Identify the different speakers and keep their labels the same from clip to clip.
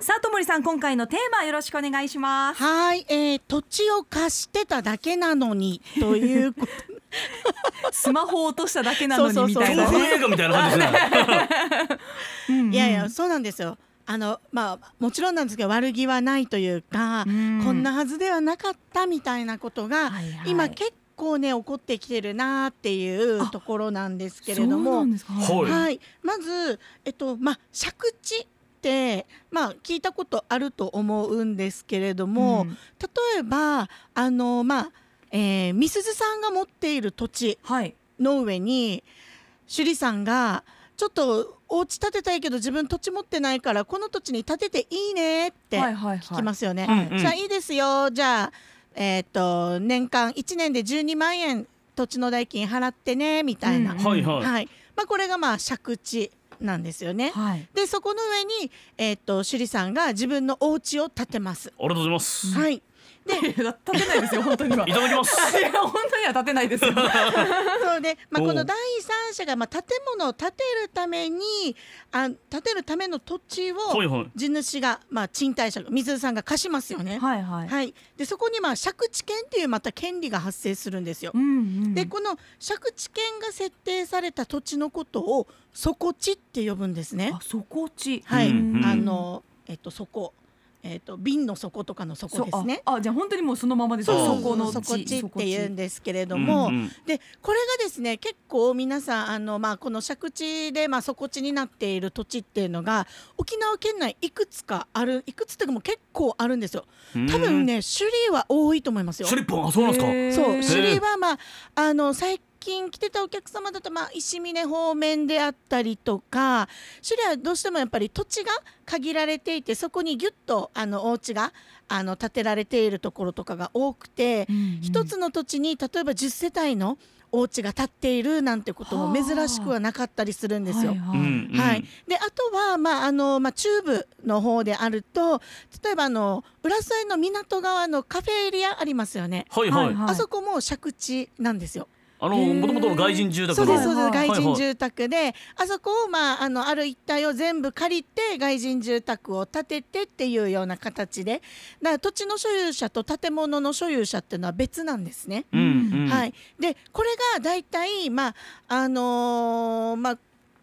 Speaker 1: さあともりさん今回のテーマよろしくお願いします
Speaker 2: はい、えー土地を貸してただけなのにという こと
Speaker 1: スマホを落としただけなの
Speaker 2: そ
Speaker 1: に
Speaker 2: う
Speaker 1: み
Speaker 2: そうそ
Speaker 1: たい
Speaker 2: う
Speaker 1: な
Speaker 2: そ
Speaker 1: ね
Speaker 2: うそ
Speaker 3: 古映画みたいな感じですね。
Speaker 2: いやいやそうなんですよあのまあもちろんなんですけど悪気はないというか、
Speaker 1: うん
Speaker 2: こんなはずではなかったみたいなことが、
Speaker 1: はいはい
Speaker 2: 今結構ね起こってきてるなっていうところなんですけれど
Speaker 1: そうな
Speaker 2: も
Speaker 1: んですか
Speaker 3: はい
Speaker 2: はい、まず、えっとまあ、借地って、まあ、聞いたことあると思うんですけれども、
Speaker 1: うん
Speaker 2: 例えばあの、まあえー、美鈴さんが持っている土地
Speaker 1: はい
Speaker 2: の上に趣里さんがちょっとお家建てたいけど自分土地持ってないからこの土地に建てていいねって
Speaker 1: はいはい
Speaker 2: 聞き
Speaker 1: は
Speaker 2: ま
Speaker 1: い
Speaker 2: すよね。
Speaker 3: うんうん
Speaker 2: じゃあいいですよじゃあ、えーっと年間1年で12万円土地の代金払ってねみたいな、
Speaker 1: うん
Speaker 3: はいはい。
Speaker 2: はいまあ、これがまあ借地なんですよね。
Speaker 1: はい
Speaker 2: でそこの上に、えーっと趣里さんが自分のお家を建てます。
Speaker 3: ありがとうございます。い
Speaker 2: はい
Speaker 1: いや立てないですよ本当 にはい
Speaker 3: ただきます。
Speaker 1: や本当には立てないですよ
Speaker 2: そうで、まあ、
Speaker 3: おう
Speaker 2: この第三者がまあ建物を建てるためにあ建てるための土地を
Speaker 3: はいはい。
Speaker 2: 地主が、まあ、賃貸者水さんが貸しますよね。はい
Speaker 1: はいはい
Speaker 2: でそこにまあ借地権っていうまた権利が発生するんですよ。
Speaker 1: うんうん
Speaker 2: でこの借地権が設定された土地のことを底地って呼ぶんですね
Speaker 1: あ。底地
Speaker 2: はい、
Speaker 3: うんうん
Speaker 2: あのえっと底、えっと瓶の底とかの底ですね。
Speaker 1: ああじゃあ本当にもうそのままです
Speaker 3: そう
Speaker 1: そこの地
Speaker 2: 底地っていうんですけれど
Speaker 3: うん
Speaker 2: も、
Speaker 3: うん
Speaker 2: でこれがですね結構皆さんあの、まあ、この借地で、まあ、底地になっている土地っていうのが沖縄県内いくつかあるいくつというかもう結構あるんですよ多分。ね首里は多いと思います
Speaker 3: シ
Speaker 2: よ
Speaker 3: ャリポン、あ、そうなんですか。
Speaker 1: へー
Speaker 2: そう
Speaker 1: へ
Speaker 2: 首
Speaker 1: ー
Speaker 2: 里は、まあ、あの最近来てたお客様だと、まあ、石峰方面であったりとか首里はどうしてもやっぱり土地が限られていてそこにギュッとあのお家があの建てられているところとかが多くて、一つの土地に例えば10世帯のお家が建っているなんてことも珍しくはなかったりするんですよ。
Speaker 1: は
Speaker 3: う
Speaker 1: いはい
Speaker 3: ん。うん
Speaker 2: はい。であとは、まああのまあ、中部の方であると例えばあの浦添の港側のカフェエリアありますよね、
Speaker 3: はいはい。
Speaker 2: あそこも借地なんですよ。
Speaker 3: あの、
Speaker 1: へー
Speaker 3: もともとの外人住宅
Speaker 2: そう
Speaker 3: の。
Speaker 2: ですそう
Speaker 1: は
Speaker 2: です
Speaker 1: いはい
Speaker 2: 外
Speaker 3: はいは
Speaker 2: 人
Speaker 3: い
Speaker 2: 住宅で、あそこを、まあ、あのある一帯を全部借りて外人住宅を建ててっていうような形でだから土地の所有者と建物の所有者っていうのは別なんですね。
Speaker 3: うんうん。
Speaker 2: はい、でこれが大体、まああのーまあ、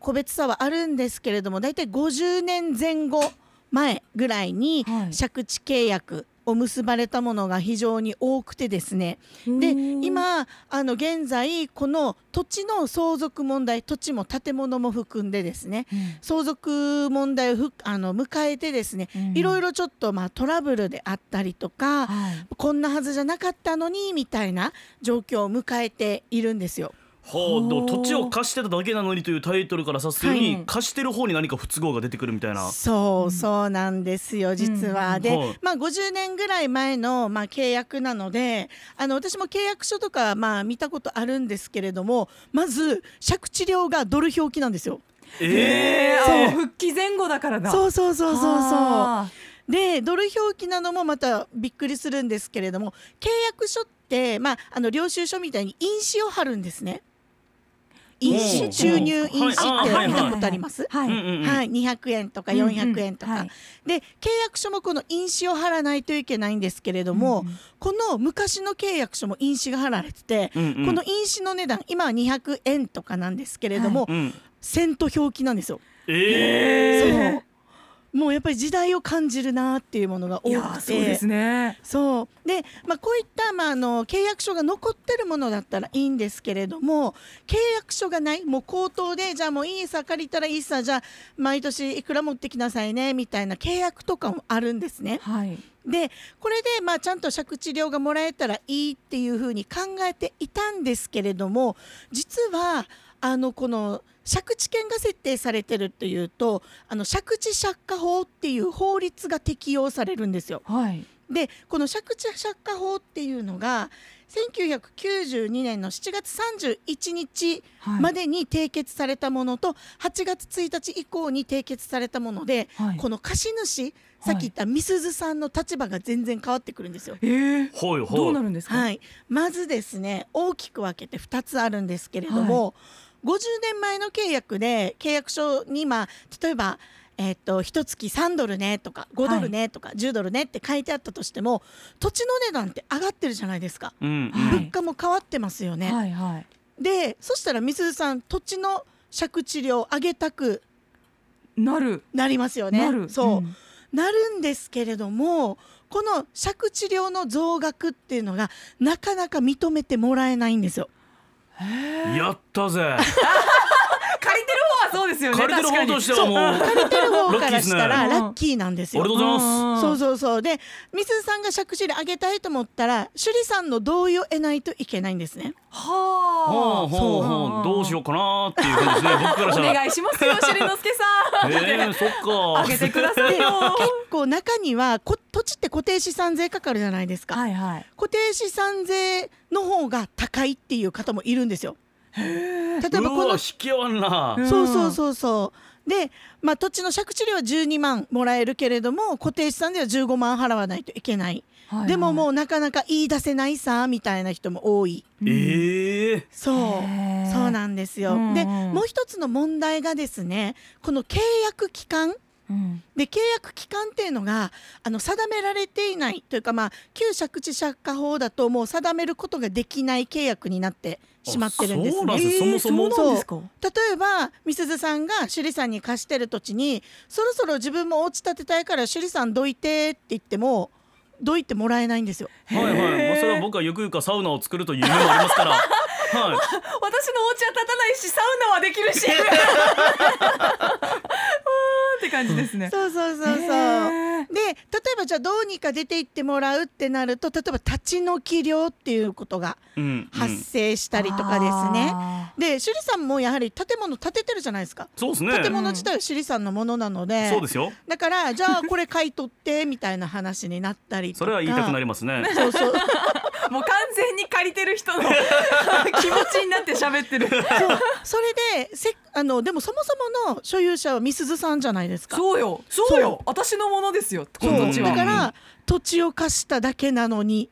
Speaker 2: 個別差はあるんですけれども大体50年前後前ぐらいに
Speaker 1: はい
Speaker 2: 借地契約を結ばれたものが非常に多くてですねで今あの現在この土地の相続問題土地も建物も含んでですね相続問題をふあの迎えてですねいろい
Speaker 1: ろ
Speaker 2: ろちょっとまあトラブルであったりとか、こんなはずじゃなかったのにみたいな状況を迎えているんですよ。
Speaker 3: はあ、でも土地を貸してただけなのにというタイトルから察する
Speaker 1: は
Speaker 3: に
Speaker 1: い、
Speaker 3: 貸してる方に何か不都合が出てくるみたいな。
Speaker 2: そううんそうなんですよ実は、
Speaker 1: うん
Speaker 2: で、
Speaker 3: はい
Speaker 2: まあ、50年ぐらい前の、まあ、契約なのであの私も契約書とか、まあ、見たことあるんですけれどもまず借地料がドル表記なんですよ。
Speaker 3: ええ。
Speaker 1: そう復帰前後だからだ
Speaker 2: そううそうそうそうそう。
Speaker 1: あ
Speaker 2: でドル表記なのもまたびっくりするんですけれども契約書って、まあ、あの領収書みたいに印紙を貼るんですね。印
Speaker 3: お
Speaker 2: 紙
Speaker 3: う
Speaker 2: 注入
Speaker 3: おう
Speaker 2: 印紙
Speaker 3: は
Speaker 2: っ
Speaker 3: いあ
Speaker 2: て
Speaker 3: はい
Speaker 2: 見たことあります、
Speaker 1: はい
Speaker 3: うんうんうん
Speaker 2: はい、200円とか400円とか、
Speaker 1: うんうんはい
Speaker 2: で契約書もこの印紙を貼らないといけないんですけれども、
Speaker 1: うんうん
Speaker 2: この昔の契約書も印紙が貼られてて、
Speaker 3: うんうん
Speaker 2: この印紙の値段今は200円とかなんですけれども、
Speaker 3: うん。
Speaker 2: セント表記なんですよ。
Speaker 3: え
Speaker 2: そ
Speaker 3: え。
Speaker 2: うもうやっぱり時代を感じるなっていうものが多
Speaker 1: いやー
Speaker 2: く
Speaker 1: そうで
Speaker 2: て
Speaker 1: すね
Speaker 2: そうで、まあ、こういった、まあ、あの契約書が残ってるものだったらいいんですけれども契約書がないもう口頭でじゃあもういいさ借りたらいいさじゃあ毎年いくら持ってきなさいねみたいな契約とかもあるんですね。
Speaker 1: はい
Speaker 2: でこれで、まあ、ちゃんと借地料がもらえたらいいっていうふうに考えていたんですけれども実はあのこの借地権が設定されてるというとあの借地借家法っていう法律が適用されるんですよ。
Speaker 1: はい
Speaker 2: でこの借地借家法っていうのが1992年の7月31日
Speaker 1: はい
Speaker 2: までに締結されたものと8月1日以降に締結されたもので、
Speaker 1: はい
Speaker 2: この貸主さっき言ったみすずさんの立場が全然変わってくるんですよ。
Speaker 1: えー
Speaker 3: はいはい。
Speaker 1: どうなるんですか
Speaker 2: はい、まずですね大きく分けて2つあるんですけれども、50年前の契約で契約書に、まあ、例えば、えっと一月3ドルねとか5ドルねとか10ドルねって書いてあったとしても土地の値段って上がってるじゃないですか
Speaker 3: うんうん
Speaker 1: はい
Speaker 2: 物価も変わってますよね、
Speaker 1: はいはい。
Speaker 2: でそしたら水さん土地の借地料上げたく
Speaker 1: なる。
Speaker 2: なりますよね
Speaker 1: なる。
Speaker 2: そう、
Speaker 1: ん
Speaker 2: なるんですけれどもこの借地料の増額っていうのがなかなか認めてもらえないんですよ
Speaker 3: やったぜ
Speaker 1: 借りてる方はそうですよね。
Speaker 3: 借りてる方としてはもう
Speaker 2: そう借りてる方からしたら
Speaker 1: ラッキーですね
Speaker 2: ラッキーなんですよ
Speaker 3: ありがとうございま
Speaker 1: ん
Speaker 3: す
Speaker 2: そうそうそうでみすさんが借地料上げたいと思ったら趣里さんの同意を得ないといけないんですね
Speaker 1: は
Speaker 3: ほう
Speaker 1: あ。
Speaker 3: ほうほうどうしようかなっていう感じですね僕か ら
Speaker 1: お
Speaker 3: したら
Speaker 1: 願いしますよ、しりのすけさん。
Speaker 3: えー、そっ
Speaker 1: あ
Speaker 3: か
Speaker 1: げてくだ さ
Speaker 2: で
Speaker 1: い
Speaker 2: 結
Speaker 1: よ。
Speaker 2: 構中にはこ土地って固定資産税かかるじゃないですか、
Speaker 1: はいはい。
Speaker 2: 固定資産税の方が高いっていう方もいるんですよ例えば
Speaker 3: う
Speaker 2: こ
Speaker 3: わ
Speaker 2: の
Speaker 3: 引き合わんな、
Speaker 1: うん
Speaker 2: そうそうそうそう。で、まあ、土地の借地料は12万もらえるけれども固定資産では15万払わないといけない、
Speaker 1: はいはい
Speaker 2: でももうなかなか言い出せないさみたいな人も多い
Speaker 1: うん
Speaker 3: ええ
Speaker 2: そう
Speaker 1: へー
Speaker 2: そうなんですよ、
Speaker 1: うんうん
Speaker 2: でもう一つの問題がですねこの契約期間
Speaker 1: うん
Speaker 2: で契約期間っていうのがあの定められていないというか、まあ、旧借地借家法だともう定めることができない契約になってしまってるんです
Speaker 3: そう
Speaker 2: ね
Speaker 3: なん。ですよ
Speaker 1: えー
Speaker 3: そもそも
Speaker 1: そうなんですか。
Speaker 2: 例えばみすずさんが趣里さんに貸してる土地にそろそろ自分もお家建てたいから趣里さんどいてって言ってもどいてもらえないんですよ。
Speaker 3: はいはい、まあ、それは僕はゆくゆくはサウナを作るという夢もありますからはい
Speaker 1: 私のお家は立たないしサウナはできる しうーんって感じですね。
Speaker 2: そうそうそうそう。
Speaker 1: へー
Speaker 2: で例えばじゃあどうにか出て行ってもらうってなると例えば立ち退き料っていうことが
Speaker 3: うんうん
Speaker 2: 発生したりとかですね。
Speaker 1: あ
Speaker 2: で趣里さんもやはり建物建ててるじゃないですか。
Speaker 3: そうですね
Speaker 2: 建物自体は趣里さんのものなので。
Speaker 3: そうですよ
Speaker 2: だからじゃあこれ買い取ってみたいな話になったりとか。
Speaker 3: それは言いたくなりますね
Speaker 2: そうそう。
Speaker 1: ー。もう完全に借りてる人の 気持ちになって喋ってる。
Speaker 2: そうそれでせあのでもそもそもの所有者はみすずさんじゃないですか。
Speaker 1: そうよ、そうよ、私のものですよ。こ
Speaker 2: そう
Speaker 1: の土地
Speaker 2: だ
Speaker 1: は。
Speaker 2: から土地を貸しただけなのに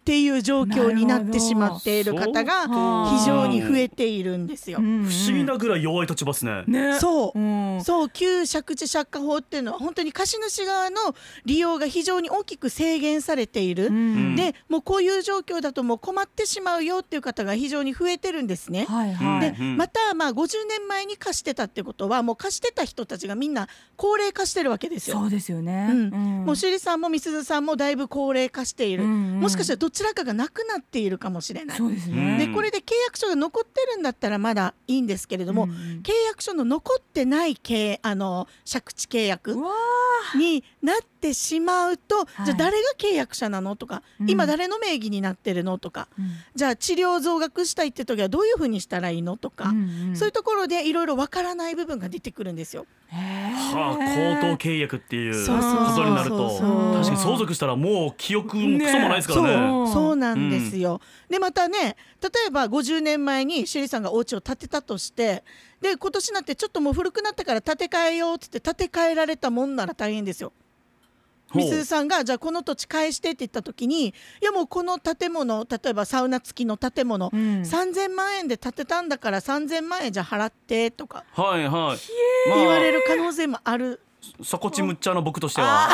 Speaker 2: っていう状況になってしまっている方が
Speaker 1: ほど
Speaker 2: 非常に増えているんですよ。
Speaker 1: うんうん
Speaker 3: 不思議なぐらい弱い立場ですね
Speaker 1: ね。
Speaker 2: そう
Speaker 1: うん
Speaker 2: そう旧借地借家法っていうのは本当に貸主側の利用が非常に大きく制限されている、
Speaker 1: うん
Speaker 2: でもうこういう状況だともう困ってしまうよっていう方が非常に増えてるんですね。
Speaker 1: はいは
Speaker 2: で
Speaker 1: い。
Speaker 3: うん
Speaker 2: またまあ50年前に貸してたってことはもう貸してた人たちがみんな高齢化してるわけですよ。
Speaker 1: そうですよね。
Speaker 2: うんもう趣里さんもみすずさんもだいぶ高齢化している、もしかしたら
Speaker 1: ら
Speaker 2: どちらかがなくなっているかもしれない。
Speaker 1: そうです
Speaker 3: うん
Speaker 1: ね。
Speaker 2: でこれで契約書が残ってるんだったらまだいいんですけれども、
Speaker 1: うんうん
Speaker 2: 契約書の残ってない契あの借地契約
Speaker 1: うわ
Speaker 2: になってしまうと、
Speaker 1: はい
Speaker 2: じゃあ誰が契約者なのとか、
Speaker 1: うん
Speaker 2: 今誰の名義になってるのとか
Speaker 1: ー
Speaker 2: じゃあ治療増額したいって時はどういうふうにしたらいいのとか、
Speaker 1: うんうん
Speaker 2: そういうところでいろいろわからない部分が出てくるんですよ。
Speaker 1: へー
Speaker 3: はあ、口頭契約っていう
Speaker 2: そう
Speaker 1: そう
Speaker 3: ことになる
Speaker 2: そ
Speaker 3: と
Speaker 2: うそう
Speaker 1: そう
Speaker 3: 確かに相続したらもう記憶もクソもないですからね
Speaker 1: ねうん
Speaker 2: そうなんですよ。でまたね例えば50年前に趣里さんがお家を建てたとしてで今年になってちょっともう古くなったから建て替えようって言って建て替えられたもんなら大変ですよ。
Speaker 3: ほう
Speaker 2: みすずさんがじゃあこの土地返してって言った時にいやもうこの建物例えばサウナ付きの建物、
Speaker 1: うん
Speaker 2: 3,000万円で建てたんだから3,000万円じゃ払ってとか
Speaker 3: はいはい、まあ
Speaker 2: 言われる可能性もある。
Speaker 3: そこちむっちゃの僕としては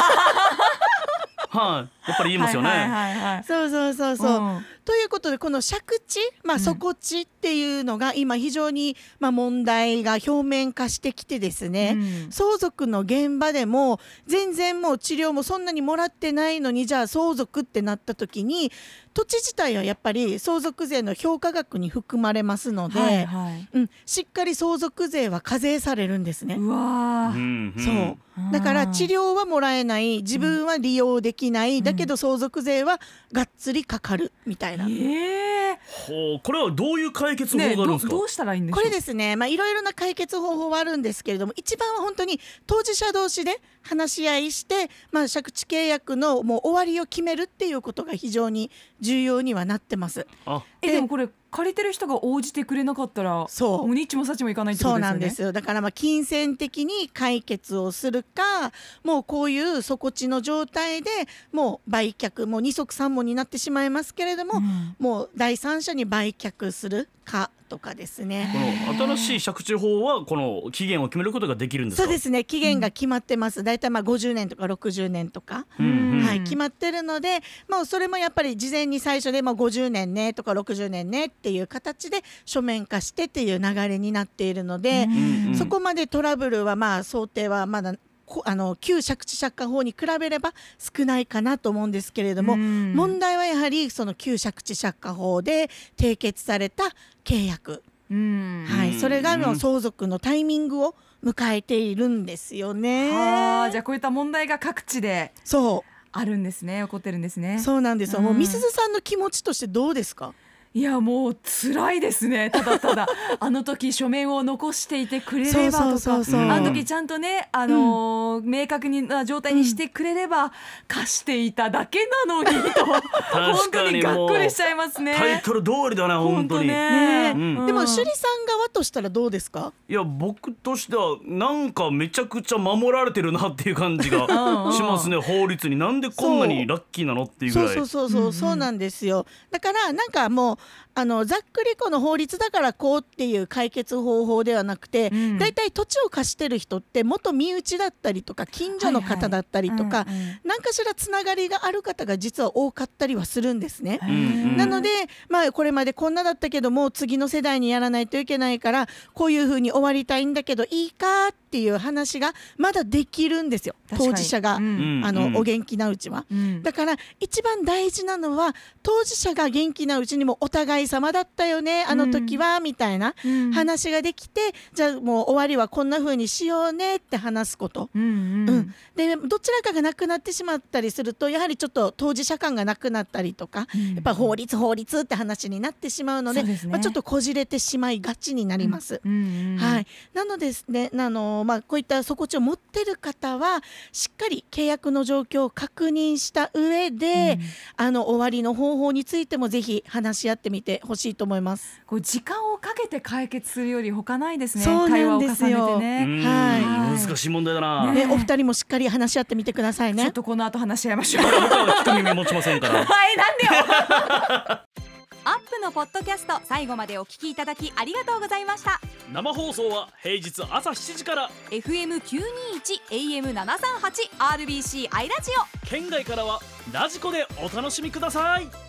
Speaker 3: はい、やっぱり言いますよね、
Speaker 1: はいはいはいはい
Speaker 2: そうそうそうそう、
Speaker 1: うん
Speaker 2: ということでこの借地、まあ、底地っていうのが今非常にまあ問題が表面化してきてですね、
Speaker 1: うん
Speaker 2: 相続の現場でも全然もう治療もそんなにもらってないのにじゃあ相続ってなった時に土地自体はやっぱり相続税の評価額に含まれますので、
Speaker 1: はいはい
Speaker 2: うん、しっかり相続税は課税されるんですね。
Speaker 1: うわ
Speaker 3: う
Speaker 1: ー
Speaker 3: んうん
Speaker 2: そう
Speaker 1: うん
Speaker 2: だから治療はもらえない自分は利用できない、だけど相続税はがっつりかかるみたいな。
Speaker 1: ええ
Speaker 3: ほうこれはどういう解決法があ
Speaker 1: ね
Speaker 3: るん
Speaker 1: ど
Speaker 3: ですか、
Speaker 1: どうしたらいいんです
Speaker 2: こ
Speaker 1: か
Speaker 2: れですね、まあ、いろいろな解決方法はあるんですけれども一番は本当に当事者同士で話し合いして、まあ、借地契約のもう終わりを決めるっていうことが非常に重要にはなってます。
Speaker 3: あ
Speaker 1: えでもこれ借りてる人が応じてくれなかったら
Speaker 2: そう
Speaker 1: もうニッチもサチもいかないってこと
Speaker 2: そう
Speaker 1: です
Speaker 2: な
Speaker 1: よ
Speaker 2: んで
Speaker 1: ね
Speaker 2: すよだからまあ金銭的に解決をするかもうこういう底地の状態でもう売却もう二足三本になってしまいますけれども、
Speaker 1: うん
Speaker 2: もう第三者に売却するかとかですね。
Speaker 3: この新しい借地法はこの期限を決めることができるんです
Speaker 2: そ
Speaker 3: か
Speaker 2: うですね期限が決まってます、大体まあ50年とか60年とか、
Speaker 3: うんうん
Speaker 2: はい、決まってるのでもうそれもやっぱり事前に最初でもう50年ねとか60年ねっていう形で書面化してっていう流れになっているので、
Speaker 3: んうん
Speaker 2: そこまでトラブルはまあ想定はまだこあの旧借地借家法に比べれば少ないかなと思うんですけれども、
Speaker 1: うん
Speaker 2: 問題はやはりその旧借地借家法で締結された契約、
Speaker 1: うん
Speaker 2: は
Speaker 3: う
Speaker 2: い、
Speaker 3: ん
Speaker 2: それがもう相続のタイミングを迎えているんですよね。
Speaker 1: はあじゃあこういった問題が各地で
Speaker 2: そ
Speaker 1: あるんですね起こってるんですね
Speaker 2: うそうなんですよ、もう
Speaker 1: うん
Speaker 2: みすずさんの気持ちとしてどうですか
Speaker 1: いやもう辛いですねただた だあの時書面を残していてくれればとか
Speaker 3: う
Speaker 1: あの
Speaker 2: あの
Speaker 1: 時ちゃんとね、あのー明確にな状態にしてくれれば、貸していただけなのに と本
Speaker 3: 確
Speaker 1: 当
Speaker 3: か
Speaker 1: に
Speaker 3: に
Speaker 1: が
Speaker 3: も
Speaker 1: っ
Speaker 3: う
Speaker 1: くりしちゃいますね。
Speaker 3: タイトル通りだな本当に
Speaker 1: ね
Speaker 2: ね
Speaker 3: うん
Speaker 2: でも
Speaker 1: うん
Speaker 2: 趣里さん側としたらどうですか
Speaker 3: いや僕としてはなんかめちゃくちゃ守られてるなっていう感じが
Speaker 1: んうん
Speaker 3: しますね法律になんでこんなにラッキーなのっていうぐ
Speaker 2: そ
Speaker 3: ら
Speaker 2: う
Speaker 3: い
Speaker 2: そうそう
Speaker 1: うん
Speaker 2: そううんそうなんですよ、だからなんかもうあのざっくりこの法律だからこうっていう解決方法ではなくて、
Speaker 1: うん
Speaker 2: だいたい土地を貸してる人って元身内だったりとか近所の方だったりとか、
Speaker 1: うんうん
Speaker 2: 何かしらつながりがある方が実は多かったりはするんですね。
Speaker 3: んうん
Speaker 2: なので、まあ、これまでこんなだったけども次の世代にやらないといけないからこういうふうに終わりたいんだけどいいかっていう話がまだできるんですよ
Speaker 1: 確かに
Speaker 2: 当事者が、
Speaker 1: うん
Speaker 3: うん
Speaker 2: あ
Speaker 3: うん
Speaker 2: のお元気なうちは。
Speaker 1: うん
Speaker 2: だから一番大事なのは当事者が元気なうちにもお互い様だったよねあの時は、みたいな
Speaker 1: うん
Speaker 2: 話ができてじゃあもう終わりはこんな風にしようねって話すこと。
Speaker 1: うんう
Speaker 2: うんん、でどちらかがなくなってしまったりするとやはりちょっと当事者感がなくなったりとか
Speaker 1: うん
Speaker 2: やっぱ法律法律って話になってしまうので
Speaker 1: そうですね
Speaker 2: まあ、ちょっとこじれてしまいがちになります。
Speaker 1: うんうん
Speaker 2: はい、なのですね、あのまあ、こういった底地を持ってる方はしっかり契約の状況を確認した上で、
Speaker 1: うん
Speaker 2: あの終わりの方法についてもぜひ話し合ってみてほしいと思います。
Speaker 1: こう時間をかけて解決するより他ないですね
Speaker 2: そう
Speaker 1: 対
Speaker 2: な
Speaker 1: 話を重
Speaker 2: んで
Speaker 1: ね
Speaker 2: すよ
Speaker 1: て
Speaker 3: う
Speaker 1: ね。
Speaker 3: ん
Speaker 1: はい
Speaker 3: 難しい問題だな、
Speaker 1: ね
Speaker 2: ね、お二人もしっかり話し合ってみてください
Speaker 1: ちょっ
Speaker 2: ね。
Speaker 1: とこの後話し合いましょう。
Speaker 3: 僕は聞く耳持ちませんか
Speaker 1: は
Speaker 3: ら
Speaker 1: いなんでよ
Speaker 4: アップのポッドキャスト最後までお聞きいただきありがとうございました
Speaker 3: 生放送は平日朝7時から
Speaker 4: FM921 AM738 RBC アイラジオ
Speaker 3: 県外からはラジコでお楽しみください